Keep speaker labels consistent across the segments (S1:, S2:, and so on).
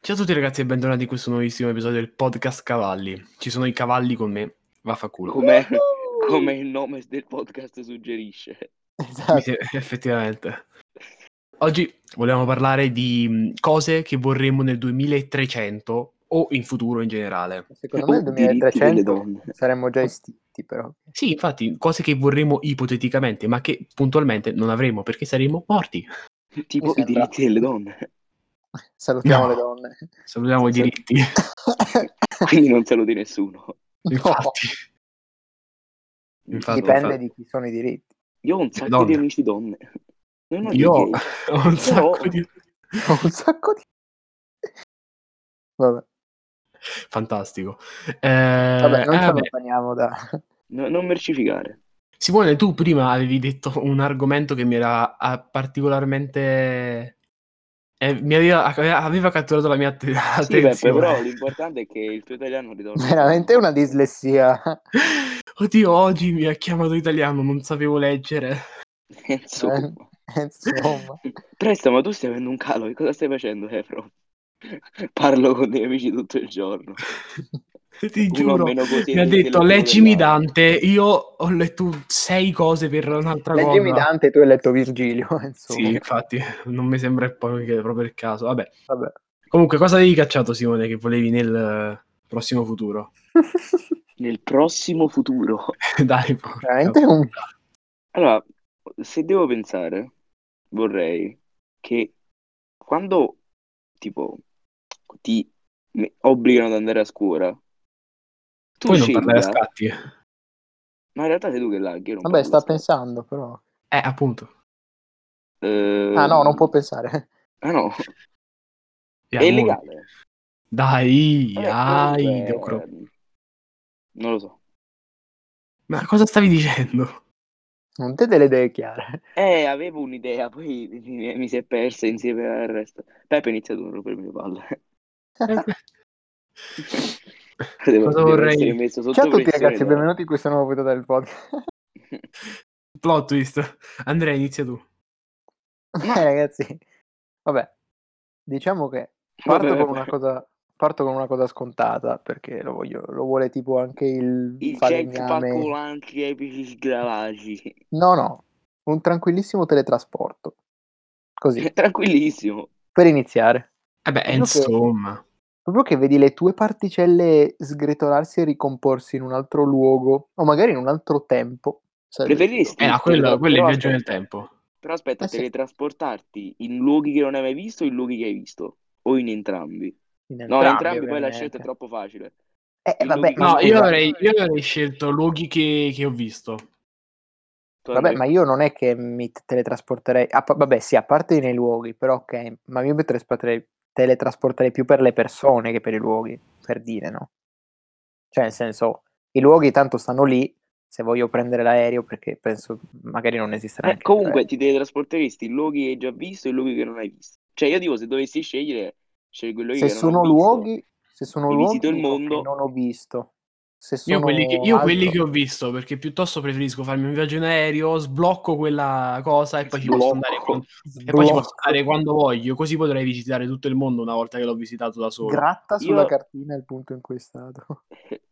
S1: Ciao a tutti ragazzi e bentornati in questo nuovissimo episodio del podcast Cavalli. Ci sono i cavalli con me, vaffanculo.
S2: Come, come il nome del podcast suggerisce.
S1: Mi se- Effettivamente. Oggi vogliamo parlare di mh, cose che vorremmo nel 2300 o in futuro in generale.
S3: Secondo me
S2: O
S3: il
S2: diritti delle
S3: 2300
S2: donne.
S3: saremmo già estinti, però.
S1: Sì, infatti, cose che vorremmo ipoteticamente, ma che puntualmente non avremo perché saremmo morti.
S2: Tipo
S3: Mi
S2: i
S3: sembra-
S2: diritti delle donne.
S3: Salutiamo
S1: No.
S3: le donne.
S1: Salutiamo i
S3: Sì.
S1: diritti.
S2: Quindi non se lo di nessuno.
S1: Infatti, Infatti,
S3: Dipende
S1: infatti.
S3: di chi sono i diritti.
S2: Io ho un sacco
S1: Donne.
S2: di amici donne. Non ho
S1: io ho
S2: gay.
S1: un sacco di...
S3: Ho un sacco di... Vabbè,
S1: Eh, Fantastico. Eh,
S3: vabbè non
S1: eh,
S3: ci
S1: vabbè.
S3: allontaniamo da...
S2: No- non mercificare.
S1: Simone, tu prima avevi detto un argomento che mi era ah, particolarmente... eh, mi aveva, aveva- aveva catturato la mia att-
S2: Sì, Beppe,
S1: attenzione.
S2: però l'importante è che il tuo italiano ritorni.
S3: Veramente una dislessia.
S1: Oddio, oggi mi ha chiamato italiano, non sapevo leggere.
S3: Eh.
S2: Insomma.
S3: Insomma.
S2: Presta, ma tu stai avendo un calo. Che cosa stai facendo, Efro? Parlo con dei amici tutto il giorno.
S1: Ti
S2: Uno
S1: giuro.
S2: meno così
S1: Mi ha detto,
S2: intellettuale
S1: leggimi
S2: dell'altro.
S1: Dante, io ho letto sei cose per un'altra cosa.
S3: Leggimi Dante, tu hai letto Virgilio, insomma.
S1: Sì, infatti, non mi sembra poi che è proprio il caso. Vabbè.
S3: Vabbè.
S1: Comunque, cosa avevi cacciato, Simone, che volevi nel eh, prossimo futuro?
S2: Nel prossimo futuro.
S1: Dai, porca
S3: Veramente un...
S2: Allora, se devo pensare, vorrei che quando tipo ti me- obbligano ad andare a scuola, tu
S1: Poi non
S2: scelga,
S1: parlare a scatti.
S2: ma in realtà sei tu che laghi, io non
S3: Vabbè,
S2: parlo
S3: sta
S2: a scatti.
S3: pensando, però.
S1: Eh, appunto.
S2: Eh,
S3: Ah, no, non può pensare.
S2: ah, no,
S1: Yeah,
S2: è
S1: mo-
S2: illegale.
S1: Dai,
S2: Vabbè,
S1: ai,
S2: comunque,
S1: Docro.
S2: non lo so.
S1: Ma cosa stavi dicendo?
S3: Non te delle idee chiare.
S2: Eh, avevo un'idea, poi mi, mi si è persa insieme al resto. Peppe ha iniziato a rompermi le palle.
S1: Eh,
S2: Devo, devo
S1: vorrei-
S2: essere messo sotto
S3: Ciao a Certo, tutti
S2: pressione
S3: ragazzi,
S2: da-
S3: benvenuti in questa nuova puntata del podcast.
S1: Plot twist. Andrea, inizia tu.
S3: Eh, ragazzi, vabbè, diciamo che parto,
S2: Vabbè,
S3: con
S2: vabbè.
S3: una cosa, parto con una cosa scontata perché lo, voglio, lo vuole tipo anche il,
S2: Il jackpot
S3: falegname.
S2: con anche i piccoli sgravaggi.
S3: No, no, un tranquillissimo teletrasporto. Così,
S2: Tranquillissimo.
S3: per iniziare.
S1: Eh beh,
S3: Quello che-
S1: insomma.
S3: Proprio che vedi le tue particelle sgretolarsi e ricomporsi in un altro luogo o magari in un altro tempo. sarebbe
S2: Preferiresti?
S1: Eh, no, quello,
S2: Però-
S1: quello è il
S2: però
S1: viaggio nel
S2: aspetta.
S1: tempo.
S2: Però aspetta,
S3: Eh sì.
S2: teletrasportarti in luoghi che non hai mai visto o in luoghi che hai visto? O in entrambi?
S3: figo. In
S2: No, in
S3: entrambi,
S2: entrambi poi la
S3: ovviamente.
S2: scelta è troppo facile.
S3: Eh,
S2: il
S3: vabbè,
S2: luogo-
S3: ma
S1: No, io
S3: scusa,
S1: avrei, io avrei scelto luoghi che, che ho visto.
S2: Tu
S3: Vabbè,
S2: Andrea-
S3: ma io non è che mi t- teletrasporterei. ah, pa- vabbè, sì, a parte nei luoghi, però ok, ma io mi teletrasporterei, teletrasporterei più per le persone che per i luoghi, per dire, no? Cioè, nel senso, i luoghi tanto stanno lì, se voglio prendere l'aereo, perché penso magari non esisterà.
S2: Eh,
S3: neanche più
S2: comunque ti teletrasporteresti in luoghi che hai già visto e in luoghi che non hai visto. Cioè io dico, se dovessi scegliere, scelgo i luoghi
S3: l'aereo.
S2: che
S3: se
S2: non ho
S3: sono
S2: visto.
S3: luoghi, se sono
S2: Mi
S3: luoghi
S2: visito il
S3: dico che
S2: mondo.
S3: non ho visto. Se sono
S1: Io, quelli che, io
S3: altro-
S1: quelli che ho visto, perché piuttosto preferisco farmi un viaggio in aereo, sblocco quella cosa e poi ci posso andare
S2: Sblocco.
S1: quando, e poi ci posso
S3: Sblocco.
S1: andare quando voglio. Così potrei visitare tutto il mondo una volta che l'ho visitato da solo.
S3: gratta sulla
S2: Io-
S3: cartina il punto in cui è stato.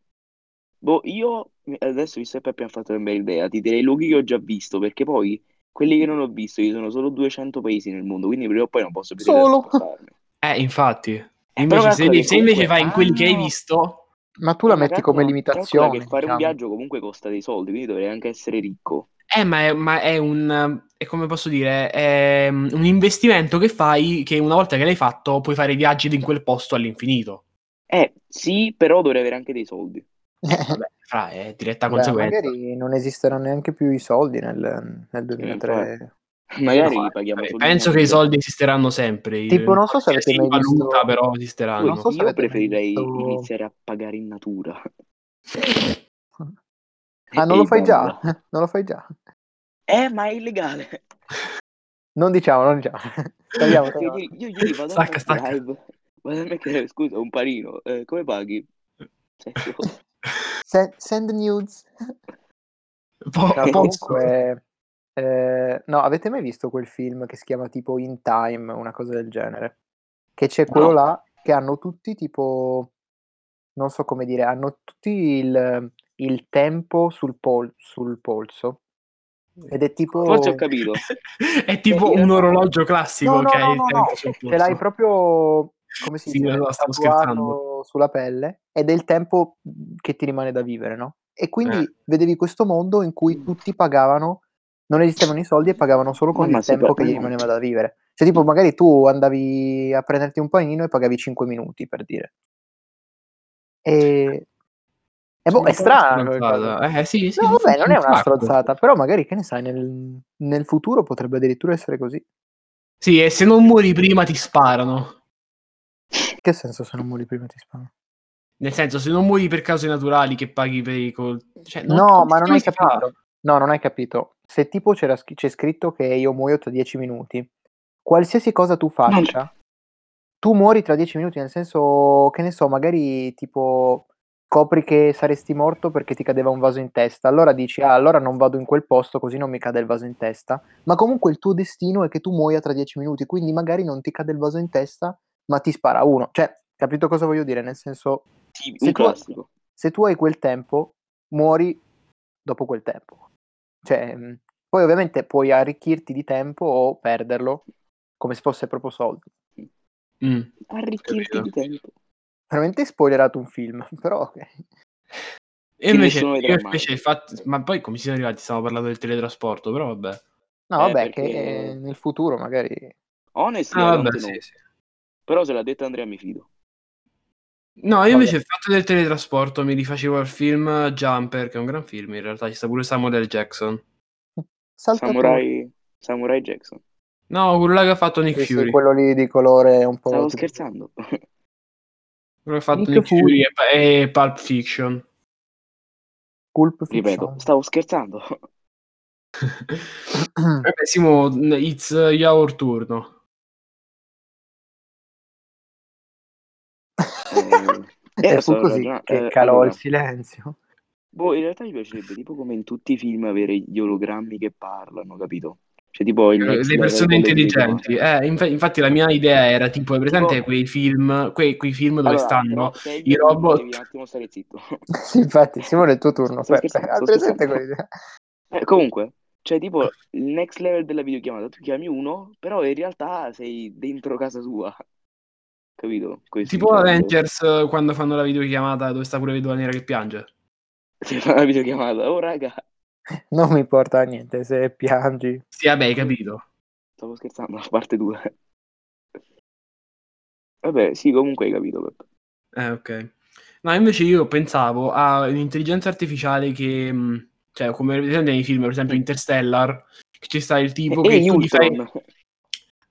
S2: Boh, io adesso visto che Peppe ha fatto una bella idea, ti direi i luoghi che ho già visto, perché poi quelli che non ho visto, ci sono solo 200 paesi nel mondo, quindi prima o poi non posso più
S3: Solo?
S2: teletrasportarmi.
S1: Eh, infatti.
S2: Eh,
S1: Invece
S2: però
S1: se,
S2: calcola che
S1: se invece
S2: comunque-
S1: vai in quelli che hai
S3: Ah.
S1: visto,
S3: Ma tu la
S2: Eh, ma
S3: metti come
S2: calcola-
S3: limitazione.
S2: calcola che fare un
S3: diciamo.
S2: viaggio comunque costa dei soldi, quindi dovrei anche essere ricco.
S1: eh, ma è, ma è un, è come posso dire, è mm, un investimento che fai che una volta che l'hai fatto puoi fare viaggi in quel posto all'infinito.
S2: Eh, sì, però dovrei avere anche dei soldi.
S1: Vabbè, fra, è diretta
S3: Beh,
S1: conseguenza.
S3: magari non esisteranno neanche più i soldi nel, nel 2003.
S2: Magari
S1: No,
S2: li paghiamo
S1: eh,
S2: solo
S1: penso
S2: in
S1: che i
S2: euro.
S1: soldi esisteranno sempre.
S3: Tipo, non so se
S1: qualsiasi
S3: avete mai visto-
S1: valuta, però esisteranno.
S3: non so se
S2: Io
S3: avete mai
S2: preferirei
S3: visto-
S2: iniziare a pagare in natura.
S3: ah, non
S2: E
S3: lo fai
S2: basta.
S3: già? Non lo fai già?
S2: Eh, ma è illegale.
S3: Non diciamo, non diciamo. Tagliamo,
S2: Perché
S3: tagliamo.
S2: ieri- io ieri vado
S1: Stacca,
S2: a
S1: stacca.
S2: live. Vado a mettere, scusa, un parino. Eh, come paghi? Cioè, Sesso.
S3: Sen- Send, nudes.
S2: Oh,
S1: Po-
S3: No,
S1: posso?
S3: comunque, eh, no, avete mai visto quel film che si chiama tipo In Time, una cosa del genere? Che c'è quello là che hanno tutti tipo, non so come dire, hanno tutti il, il tempo sul, pol- sul polso. Ed è tipo...
S2: Forse ho capito.
S1: è tipo
S3: Eh,
S1: un
S3: no.
S1: orologio classico
S3: No, no,
S1: che
S3: no,
S1: hai il
S3: no,
S1: tempo
S3: no,
S1: sul
S3: ce l'hai
S1: polso.
S3: proprio come si
S1: Sì,
S3: dice
S1: no, stavo
S3: tatuato
S1: scherzando.
S3: sulla pelle ed è il tempo che ti rimane da vivere no? e quindi
S1: Eh.
S3: vedevi questo mondo in cui tutti pagavano non esistevano i soldi e pagavano solo con
S2: Mamma,
S3: il
S2: si
S3: tempo
S2: pa-
S3: che gli
S2: no.
S3: rimaneva da vivere cioè tipo magari tu andavi a prenderti un panino e pagavi 5 minuti per dire e,
S1: Sembra
S3: e boh, è
S1: un po' una
S3: strana come cosa
S1: stronzata. Eh, sì, sì,
S3: cioè. No, vabbè, non è
S1: un
S3: una
S1: sacco.
S3: strozzata, però magari che ne sai, nel, nel futuro potrebbe addirittura essere così.
S1: Sì, e se non muori prima ti sparano.
S3: Che senso se non muori prima ti spano?
S1: Nel senso, se non muori per cause naturali che paghi per i col... Cioè, non-
S3: No,
S1: come-
S3: ma non
S1: come
S3: hai
S1: si fa?
S3: capito. No, non hai capito. Se tipo c'era schi- c'è scritto che io muoio tra 10 minuti, qualsiasi cosa tu faccia, tu muori tra 10 minuti, nel senso che ne so, magari tipo copri che saresti morto perché ti cadeva un vaso in testa, allora dici "Ah, allora non vado in quel posto così non mi cade il vaso in testa", ma comunque il tuo destino è che tu muoia tra 10 minuti, quindi magari non ti cade il vaso in testa, ma ti spara uno. Cioè, capito cosa voglio dire? Nel senso
S2: Sì,
S3: Se
S2: un
S3: tu-
S2: classico.
S3: se tu hai quel tempo, muori dopo quel tempo. Cioè, mh, poi ovviamente puoi arricchirti di tempo o perderlo come se fosse proprio soldi.
S1: Mm.
S2: Arricchirti di tempo.
S3: Veramente spoilerato un film, però ok.
S1: E
S2: Che
S1: invece,
S2: nessuno vedrà
S1: io
S2: mai.
S1: invece il fatto... Ma poi come siamo arrivati? Stiamo parlando del teletrasporto, però vabbè.
S3: No,
S2: Eh,
S3: vabbè,
S2: perché-
S3: che eh, nel futuro magari...
S2: Honest,
S1: Ah, vabbè,
S2: veramente no.
S1: sì, sì.
S2: Però se l'ha detto Andrea mi fido.
S1: No, io
S3: Vabbè.
S1: invece il fatto del teletrasporto mi rifacevo al film Jumper, che è un gran film in realtà, ci sta pure Samuel L. Jackson.
S3: Saltatore.
S2: Samurai... Samurai Jackson.
S1: No, quello là che ha fatto Nick
S3: Sì, sì,
S1: Fury.
S3: quello lì di colore un po'...
S2: Stavo
S3: tipo-
S2: scherzando.
S1: Quello che ha fatto
S3: Nick
S1: Nick, Fury e, e Pulp Fiction.
S3: Pulp
S2: Ripeto,
S3: Fiction.
S2: stavo scherzando.
S1: Vabbè, Simo, it's your turno.
S2: Eh,
S3: e
S2: lo
S3: fu
S2: stavo
S3: così
S2: ragionando-
S3: che
S2: eh,
S3: calò
S2: allora,
S3: il silenzio.
S2: Boh, in realtà mi piacerebbe, tipo come in tutti i film, avere gli ologrammi che parlano, capito? Cioè, tipo il next
S1: Eh, Le
S2: level
S1: persone
S2: dell'umanità.
S1: intelligenti. Eh, inf- infatti la mia idea era tipo, è presente
S2: Tipo-
S1: quei film, quei, quei film dove
S2: Allora,
S1: stanno...
S2: però, se hai
S1: i robot.
S2: Devi un attimo stare zitto.
S3: sì, infatti, Simone è il tuo turno.
S2: Sto
S3: Hai
S2: scherzando, sto
S3: presente
S2: scherzando.
S3: quell'idea?
S2: Eh, comunque, cioè, tipo, il next level della videochiamata, tu chiami uno, però in realtà sei dentro casa sua. Capito? Questo diciamo.
S1: Tipo
S2: intendo.
S1: Avengers eh, quando fanno la videochiamata dove sta pure Vedova Nera che piange.
S2: Si fa la videochiamata. Oh, raga,
S3: Non mi importa a niente se piangi.
S1: Sì, vabbè, hai capito.
S2: stavo scherzando, a parte due. Vabbè, sì, comunque hai capito, Peppe.
S1: Eh, ok. No, invece io pensavo a un'intelligenza artificiale che... mh, Cioè, come presente nei film, per esempio Interstellar, che ci sta il tipo che
S2: Ehi,
S1: tu gli fai...
S2: Ultron!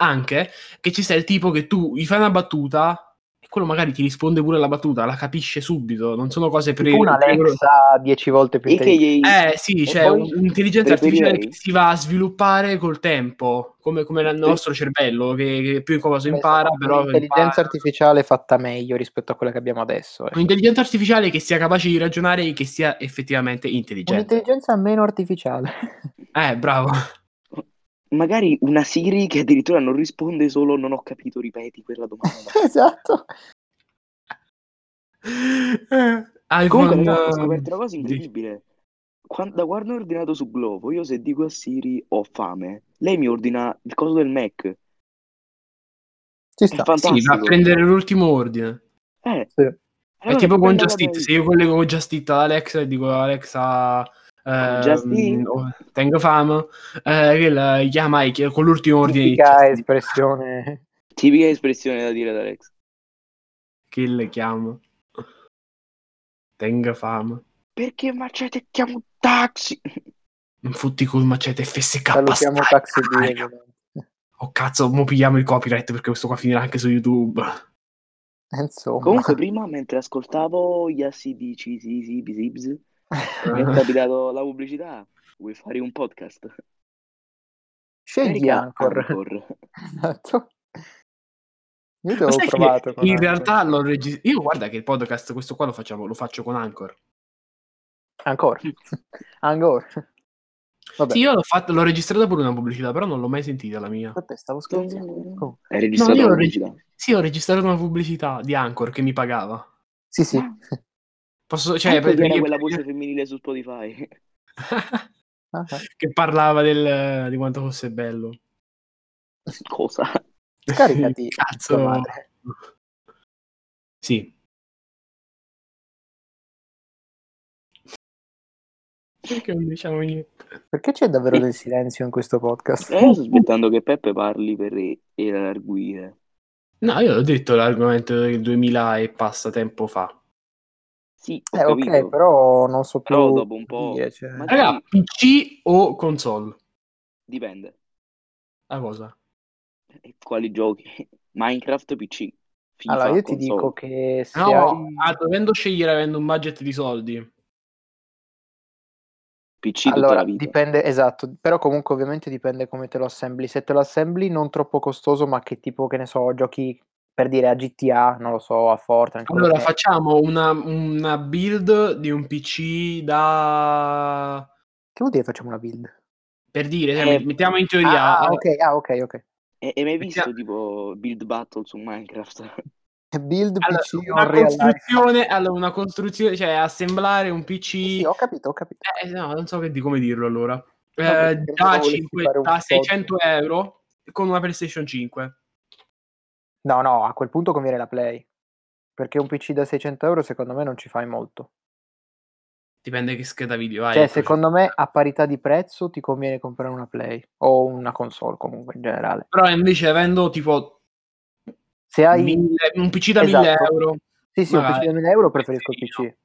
S1: anche che ci sta il tipo che tu gli fai una battuta e quello magari ti risponde pure alla battuta, la capisce subito, non sono cose pre-
S3: Tipo un Alexa dieci volte più
S2: E che
S3: intelligente.
S2: gli...
S1: Eh sì,
S2: E
S1: c'è
S2: poi
S1: un'intelligenza artificiale
S2: preferirei?
S1: che si va a sviluppare col tempo, come, come il nostro cervello, che, che più cosa
S3: Beh,
S1: impara,
S3: secondo me
S1: però
S3: L'intelligenza
S1: impara.
S3: artificiale fatta meglio rispetto a quella che abbiamo adesso. eh.
S1: Un'intelligenza artificiale che sia capace di ragionare e che sia effettivamente intelligente.
S3: Un'intelligenza meno artificiale.
S1: Eh, bravo.
S2: Magari una Siri che addirittura non risponde solo non ho capito, ripeti quella domanda.
S3: esatto.
S1: iPhone,
S2: Comunque, raga, ho
S1: ehm,
S2: scoperto una cosa
S1: di-
S2: incredibile. Quan- da quando ho ordinato su Globo, io se dico a Siri ho fame, lei mi ordina il coso del Mac. È
S3: Ci sta.
S1: Sì, va a
S2: fantastico.
S1: prendere l'ultimo ordine.
S2: Eh,
S3: Sì.
S1: È
S2: allora
S1: tipo con
S2: prenderla
S1: Just Eat,
S2: lei.
S1: se io collego con Just Eat ad Alexa e dico Alexa ehm,
S2: Just Eat.
S1: oh, tengo fame, eh, che la chiama e chiede- con l'ultimo ordine di Just
S3: Tipica
S1: Eat,
S3: espressione.
S2: Tipica espressione da dire ad Alex.
S1: che le chiamo. Tenga fame.
S2: Perché macete chiamo un taxi?
S1: Non fotti col macete FSK.
S3: Salutiamo
S1: stai,
S3: Taxi D.
S1: dai.
S3: ovviamente.
S1: Oh cazzo, mo pigliamo il copyright perché questo qua finirà anche su YouTube.
S3: Insomma.
S2: Comunque, prima, mentre ascoltavo gli ACDC, mi
S1: Ah.
S2: è capitato la pubblicità. Vuoi fare un podcast?
S3: Scegli
S2: Carica
S3: Anchor.
S2: Anchor.
S3: Esatto. Io ci
S1: Ma
S3: avevo
S1: sai che
S3: provato. con
S1: in
S3: Anchor.
S1: realtà l'ho registrato. Io guarda che il podcast questo qua lo facciamo, lo faccio con Anchor.
S3: Ancora. Ancora. Vabbè,
S1: Sì, io l'ho, fatto- l'ho registrata pure una pubblicità, però non l'ho mai sentita la mia.
S3: vabbè, stavo scherzando.
S2: È
S3: Oh.
S2: registrato
S1: No, io Cioè,
S2: la
S1: l'ho
S2: pubblicità.
S1: Sì, ho registrato una pubblicità di Anchor che mi pagava.
S3: Sì, sì.
S1: Ah. Posso, cioè,
S2: Cioè,
S1: perché-
S2: era quella voce femminile su Spotify.
S3: Ah, ah.
S1: che parlava del- di quanto fosse bello.
S2: Cosa?
S3: Scaricati
S1: Cazzo.
S3: tua madre.
S1: Sì. Perché non diciamo niente?
S3: Perché c'è davvero del silenzio in questo podcast?
S2: Eh, io sto aspettando che Peppe parli per elarguire.
S1: No, io l'ho detto l'argomento del 2000 e passa tempo fa.
S2: Sì, ho
S3: Eh,
S2: capito.
S3: ok, però non so più
S2: Però dopo un po'.
S3: dire, cioè.
S2: Ma-
S1: Raga, PC o console?
S2: Dipende.
S1: La cosa.
S2: Quali giochi? Minecraft PC. FIFA,
S3: Allora, io ti
S2: console.
S3: dico che se
S1: No,
S3: hai-
S1: ah, dovendo scegliere avendo un budget di soldi.
S2: PC tutta
S3: Allora,
S2: la vita.
S3: dipende, esatto, però comunque ovviamente dipende come te lo assembli. Se te lo assembli non troppo costoso, ma che tipo, che ne so, giochi per dire a GTA, non lo so, a Fortnite. quello
S1: Allora,
S3: che è.
S1: facciamo una, una build di un PC da...
S3: Che vuol dire facciamo una build?
S1: Per dire, cioè,
S2: Eh,
S1: mettiamo in teoria...
S3: Ah, ah, ok, ah, ok, ok.
S2: E, e mai visto
S1: Mettiamo-
S2: tipo build battle su Minecraft?
S3: Build
S1: Allora,
S3: PC on
S1: una
S3: real life.
S1: costruzione, allora, una costruzione, cioè assemblare un PC...
S3: Sì, ho capito, ho capito.
S1: Eh, no, non so che di- come dirlo allora. Eh,
S3: Vabbè, credo
S1: da,
S3: volessi
S1: 5,
S3: fare un
S1: da
S3: pod.
S1: 600 euro con una PlayStation 5.
S3: No, no, a quel punto conviene la Play. Perché un PC da 600 euro secondo me non ci fai molto.
S1: Dipende che scheda video hai.
S3: Cioè,
S1: il processo-
S3: secondo me a parità di prezzo ti conviene comprare una Play o una console comunque in generale.
S1: Però invece avendo tipo
S3: Se hai...
S1: mille- un PC da
S3: Esatto.
S1: 1000 euro...
S3: Sì, sì, un
S1: Magari.
S3: PC da 1000 euro preferisco il PC.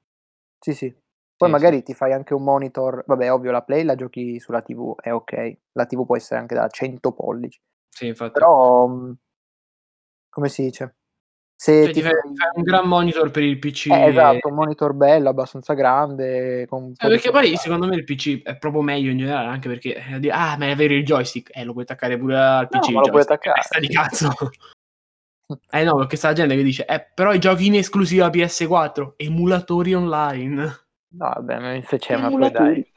S3: Sì, sì. Poi
S1: Sì,
S3: magari
S1: sì.
S3: ti fai anche un monitor. Vabbè, ovvio, la Play la giochi sulla TV, è ok. La TV può essere anche da 100 pollici.
S1: Sì, infatti.
S3: Però, mh, come si dice? Se
S1: Cioè, ti fai, fai un gran monitor per il PC.
S3: Eh, esatto,
S1: e-
S3: un monitor bello, abbastanza grande. Con un
S1: Eh,
S3: po' di
S1: perché poi
S3: potenza.
S1: secondo me il PC è proprio meglio in generale, anche perché eh, di- ah, ma è vero il joystick, eh, lo puoi attaccare pure al cioè,
S3: No,
S1: PC.
S3: ma
S1: il
S3: lo puoi
S1: joystick,
S3: attaccare,
S1: testa di
S3: sì.
S1: cazzo. Eh no, perché sta la gente che dice, eh, però i giochi in esclusiva PS4, emulatori online.
S3: No, vabbè, ma se c'è, Cioè, ma poi
S2: Emulatori.
S3: dai.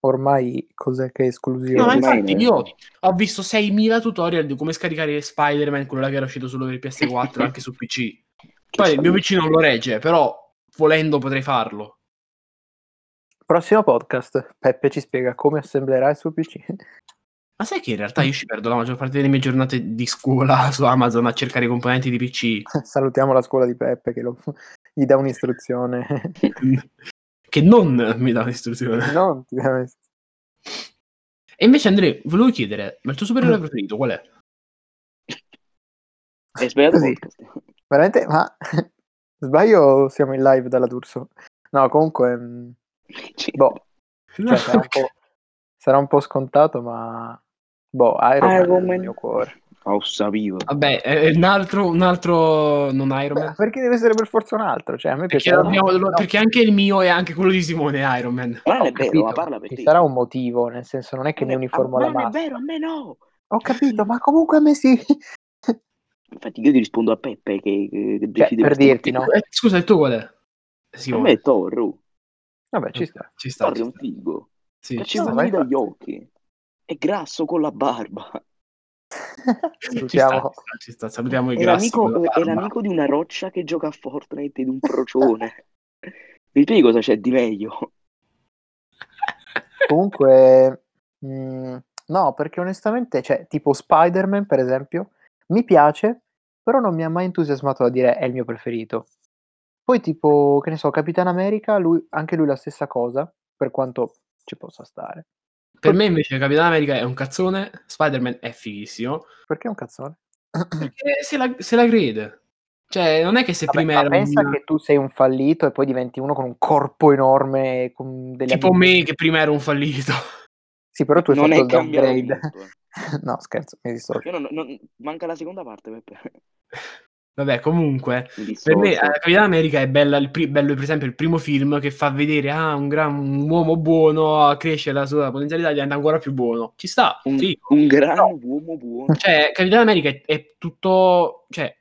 S3: Ormai cos'è che è esclusivo?
S1: No, ma
S2: ormai
S1: infatti
S2: ne-
S1: io ho visto 6.000 tutorial di come scaricare Spider-Man, quello là che era uscito solo per il PS4, anche su PC.
S2: Che
S1: Poi il mio
S2: fanno?
S1: PC non lo regge, però volendo potrei farlo.
S3: Prossimo podcast, Peppe ci spiega come assemblerà il suo PC.
S1: Ma sai che in realtà io ci perdo la maggior parte delle mie giornate di scuola su Amazon a cercare i componenti di PC?
S3: Salutiamo la scuola di Peppe che lo- gli dà un'istruzione.
S1: che non mi dà un'istruzione.
S3: non ti dà un'istruzione.
S1: E invece Andrea, volevo chiedere, ma il tuo supereroe preferito qual è?
S2: Hai sbagliato
S3: Così.
S2: podcast.
S3: Veramente, ma sbaglio o siamo in live dalla D'Urso? No, comunque, mh,
S2: Cioè,
S3: boh,
S1: No,
S3: cioè, sarà, un po', sarà un po' scontato, ma boh, Iron Man,
S2: Iron
S3: nel
S2: Man.
S3: mio cuore.
S2: Ho sapivo.
S1: Vabbè, eh, un altro, un altro non Iron
S3: Beh,
S1: Man.
S3: perché deve essere per forza un altro? Cioè, a me
S1: Perché,
S3: piace Iron
S1: abbiamo-
S3: Man. No,
S1: perché anche il mio e anche quello di Simone è Iron Man.
S2: Ma non
S3: ho
S2: è vero,
S3: capito,
S2: ma parla per
S3: ci
S2: te.
S3: sarà un motivo, nel senso non è che mi
S2: Eh,
S3: uniformo
S1: ah,
S2: ma
S3: alla
S2: non è
S3: massa.
S2: vero, a me no.
S3: Ho capito, ma comunque a me sì. Cioè,
S2: Infatti io ti rispondo a Peppe che, che che decide
S3: per
S2: queste
S3: dirti, no?
S2: cose.
S1: Eh, scusa, il tuo qual è?
S2: A me
S1: Simone.
S2: è Thor, oh.
S3: Vabbè, ci sta.
S1: Ci sta,
S2: Thor è
S1: ci
S2: un
S1: sta.
S2: figo.
S1: Sì,
S2: Cioè,
S1: ci
S2: C'è
S3: No,
S2: un
S1: sta.
S3: ma
S2: dagli agli
S3: infatti.
S2: occhi. È grasso con la barba.
S1: Ci sta,
S3: Salutiamo.
S1: ci sta, ci sta. Salutiamo i
S2: È
S1: grassi con la
S2: l'amico, è
S1: barba.
S2: l'amico di una roccia che gioca a Fortnite ed un procione. Mi spieghi cosa c'è di meglio?
S3: Comunque, mh, no, perché onestamente, cioè, tipo Spider-Man, per esempio, mi piace, però non mi ha mai entusiasmato a dire è il mio preferito. Poi, tipo, che ne so, Capitan America, lui, anche lui la stessa cosa, per quanto ci possa stare.
S1: Per me invece Capitan America è un cazzone, Spider-Man è fighissimo.
S3: Perché è un cazzone?
S1: Perché se la, se la crede. Cioè, non è che se
S3: Mm-hmm. Vabbè,
S1: prima
S3: ma
S1: era
S3: pensa
S1: un...
S3: che tu sei un fallito e poi diventi uno con un corpo enorme, con delle
S1: Tipo
S3: amiche-
S1: me che prima era un fallito.
S3: Sì, però tu hai
S2: non
S3: fatto
S2: è
S3: il
S2: cambiato
S3: downgrade.
S2: molto. eh.
S3: no, scherzo, mi dissocio.
S2: Io non- non- manca la seconda parte, Peppe.
S1: Vabbè, comunque,
S2: Mi
S1: per me eh,
S2: dissocio.
S1: Capitan America è bella il pri- bello, per esempio, il primo film che fa vedere ah, un, gran, un uomo buono, cresce la sua potenzialità, diventa ancora più buono. Ci sta,
S2: Un,
S1: figo.
S2: un gran
S3: No.
S2: uomo buono.
S1: Cioè, Capitan America è, è tutto... Cioè,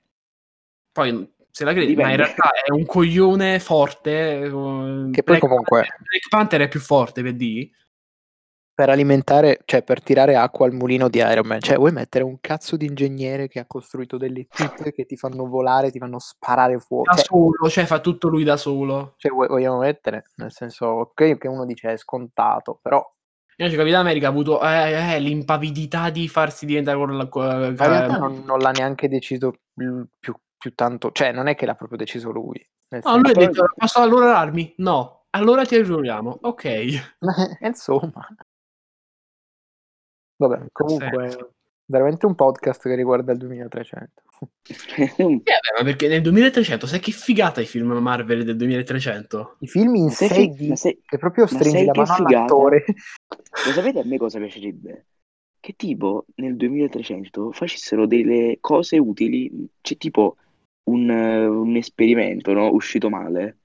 S1: poi se la crede, ma in
S2: Dipende.
S1: realtà è un coglione forte. eh,
S3: Che poi
S1: Black
S3: comunque-
S1: Panther- Black Panther è più forte, per dire.
S3: per alimentare, cioè per tirare acqua al mulino di Iron Man. Cioè, vuoi mettere un cazzo di ingegnere che ha costruito delle tute che ti fanno volare, ti fanno sparare fuori.
S2: Ah,
S1: Da
S3: Cioè,
S1: solo, cioè fa tutto lui da solo.
S3: cioè, vuoi- vogliamo mettere, nel senso, ok, che uno dice è scontato, però
S1: Invece Capitan America ha avuto eh, eh, l'impavidità di farsi diventare quello in
S2: Eh,
S3: Ma in realtà non, non l'ha neanche deciso più, più- più tanto, cioè non è che l'ha proprio deciso lui. nel
S1: No, Ah, lui ha
S3: senso-
S1: detto, posso allorarmi? No. Allora ti aggiorniamo. Ok.
S3: Eh, insomma. Vabbè, comunque,
S1: senso.
S3: veramente un podcast che riguarda il 2300.
S1: Eh, beh, ma perché nel 2300, sai che figata i film Marvel del 2300?
S3: I film in
S2: Ma sai
S3: 6D,
S2: che- ma sai-
S3: che proprio
S2: ma
S3: stringi
S2: sai
S3: la
S2: che
S3: mano
S2: figata?
S3: all'attore.
S2: Lo sapete a me cosa piacerebbe? Che tipo nel 2300 facessero delle cose utili, c'è tipo un, eh, un esperimento, no? Uscito male.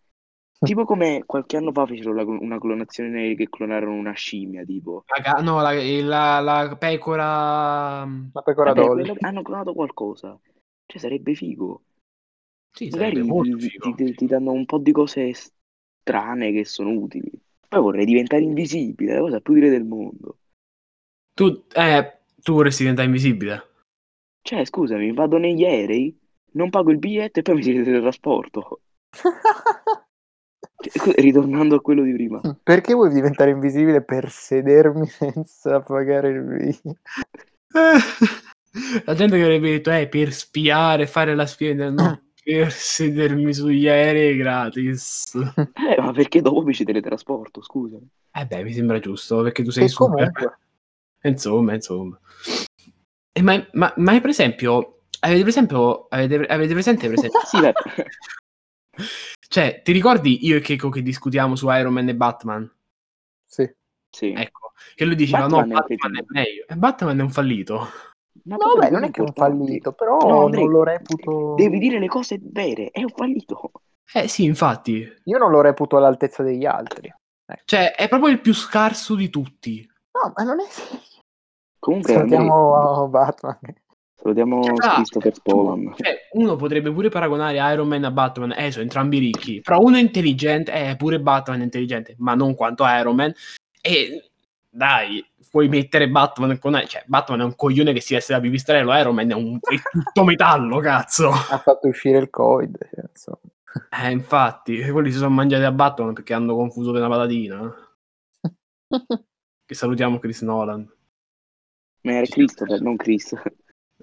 S2: Tipo come qualche anno fa fecero la- una clonazione che clonarono una scimmia, tipo.
S1: La ca- no, la, la- la pecora... mm,
S3: La pecora
S2: Vabbè,
S3: Dolly.
S2: quello- hanno clonato qualcosa. Cioè sarebbe figo.
S1: Sì, sarebbe
S2: Magari
S1: molto
S2: ti,
S1: figo.
S2: ti- ti danno un po' di cose strane che sono utili. Poi vorrei diventare invisibile, la cosa più utile del mondo.
S1: Tu, eh, tu vorresti diventare invisibile?
S2: Cioè, scusami, vado negli aerei, non pago il biglietto e poi mi si il trasporto. Cioè, scusa, ritornando a quello di prima.
S3: Mm. Perché vuoi diventare invisibile per sedermi senza pagare il video?
S1: La gente che avrebbe detto, eh, per spiare, fare la spia... No, per sedermi sugli aerei gratis.
S2: Eh, ma perché dopo mi ci teletrasporto, scusami.
S1: Eh beh, mi sembra giusto, perché tu sei
S3: Che
S1: super...
S3: comunque,
S1: Insomma, insomma. E ma, ma, ma per esempio, avete, per esempio avete, avete presente, per esempio,
S2: Sì, beh,
S1: cioè, ti ricordi io e Keiko che discutiamo su Iron Man e Batman?
S3: sì.
S2: sì.
S1: Ecco, che lui diceva
S2: Batman
S1: no,
S2: è un
S1: Batman è
S2: cretino."
S1: meglio. E Batman è un fallito.
S2: Ma
S3: No,
S2: poi
S3: beh, non è che è un
S2: importante.
S3: fallito, però
S2: No, Andrea,
S3: non lo reputo...
S2: Devi dire le cose vere, è un fallito.
S1: Eh sì, infatti.
S3: Io non lo reputo all'altezza degli altri.
S1: Cioè, è proprio il più scarso di tutti.
S3: No, ma non è.
S2: Comunque,
S3: Salutiamo
S2: Andrea,
S3: a Batman.
S2: salutiamo
S1: Ah,
S2: Christopher Polan.
S1: Cioè, uno potrebbe pure paragonare Iron Man a Batman, eh, sono entrambi ricchi, però uno è intelligente, eh, pure Batman è intelligente, ma non quanto Iron Man, e dai, puoi mettere Batman con... Cioè, Batman è un coglione che si veste da pipistrello, Iron Man è, un... è tutto metallo, cazzo!
S3: Ha fatto uscire il Covid. cioè, insomma.
S1: Eh, infatti, quelli si sono mangiati a Batman perché hanno confuso per una patatina. Che salutiamo Chris Nolan.
S2: Ma era Christopher, non Chris.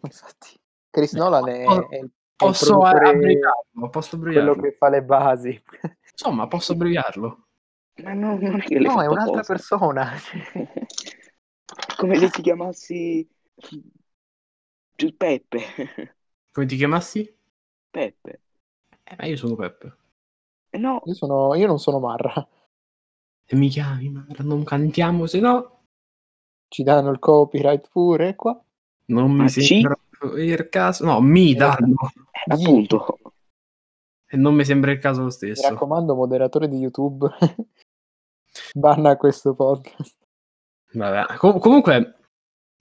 S3: Infatti, Chris Nolan è, è il è il
S1: Posso eh.
S3: produttore-
S1: abbreviarlo? Posso
S3: quello
S1: abbreviarlo?
S3: che fa le basi.
S1: Insomma, posso abbreviarlo.
S2: Ma no, non è che l'hai
S3: No, è
S2: fatto
S3: un'altra
S2: apposta.
S3: persona. cioè.
S2: Come se ti chiamassi Giuspeppe.
S1: Come ti chiamassi?
S2: Peppe.
S1: Eh, ma io sono Peppe.
S2: Eh No,
S3: Io, sono- io non sono Marra.
S1: E mi chiami, ma non cantiamo, se no
S3: Ci danno il copyright pure qua.
S1: non mi
S2: Ma ci-
S1: sembra il caso. No, mi danno.
S2: eh, appunto.
S1: E non mi sembra il caso lo
S3: Mi
S1: stesso.
S3: raccomando, moderatore di YouTube. Banna questo podcast.
S1: Vabbè. Com- comunque,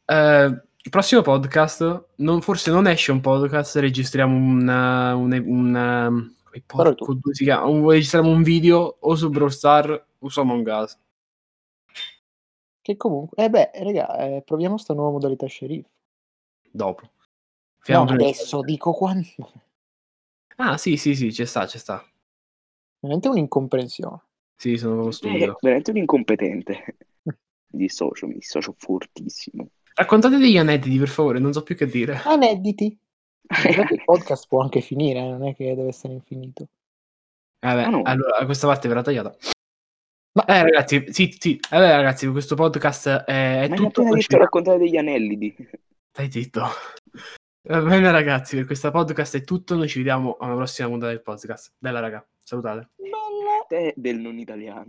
S1: eh, il prossimo podcast, non- forse non esce un podcast, registriamo un... eh, un, un, eh, che
S3: Però
S1: porco due si chiama? Un- registriamo un video o su Brawl Star o su Among Us.
S3: Che comunque. Eh beh, raga, eh, proviamo sta nuova modalità sceriffo.
S1: Dopo.
S3: No,
S1: Finiamo prima-
S3: adesso dico quando.
S1: Ah, sì, sì, sì, ci sta, ci sta.
S3: Veramente un'incomprensione.
S1: Sì, sono proprio
S2: È
S1: stupido.
S2: Eh, veramente un incompetente. Di socio, mi dissocio fortissimo.
S1: Raccontate degli aneddoti, per favore, non so più che dire.
S3: Anedditi. Il podcast può anche finire, eh, non è che deve essere infinito.
S1: Eh, Vabbè,
S2: Ah, no.
S1: allora questa parte verrà tagliata.
S3: Ma-
S1: Eh, ragazzi, sì, sì. Allora, ragazzi, questo podcast è, è
S2: Ma hai
S1: tutto.
S2: appena
S1: Noi
S2: detto
S1: ci-
S2: raccontare degli anellidi.
S1: Stai zitto. Va bene, ragazzi, per questo podcast è tutto. Noi ci vediamo alla prossima puntata del podcast. Bella, raga. Salutate.
S2: Te del non italiano.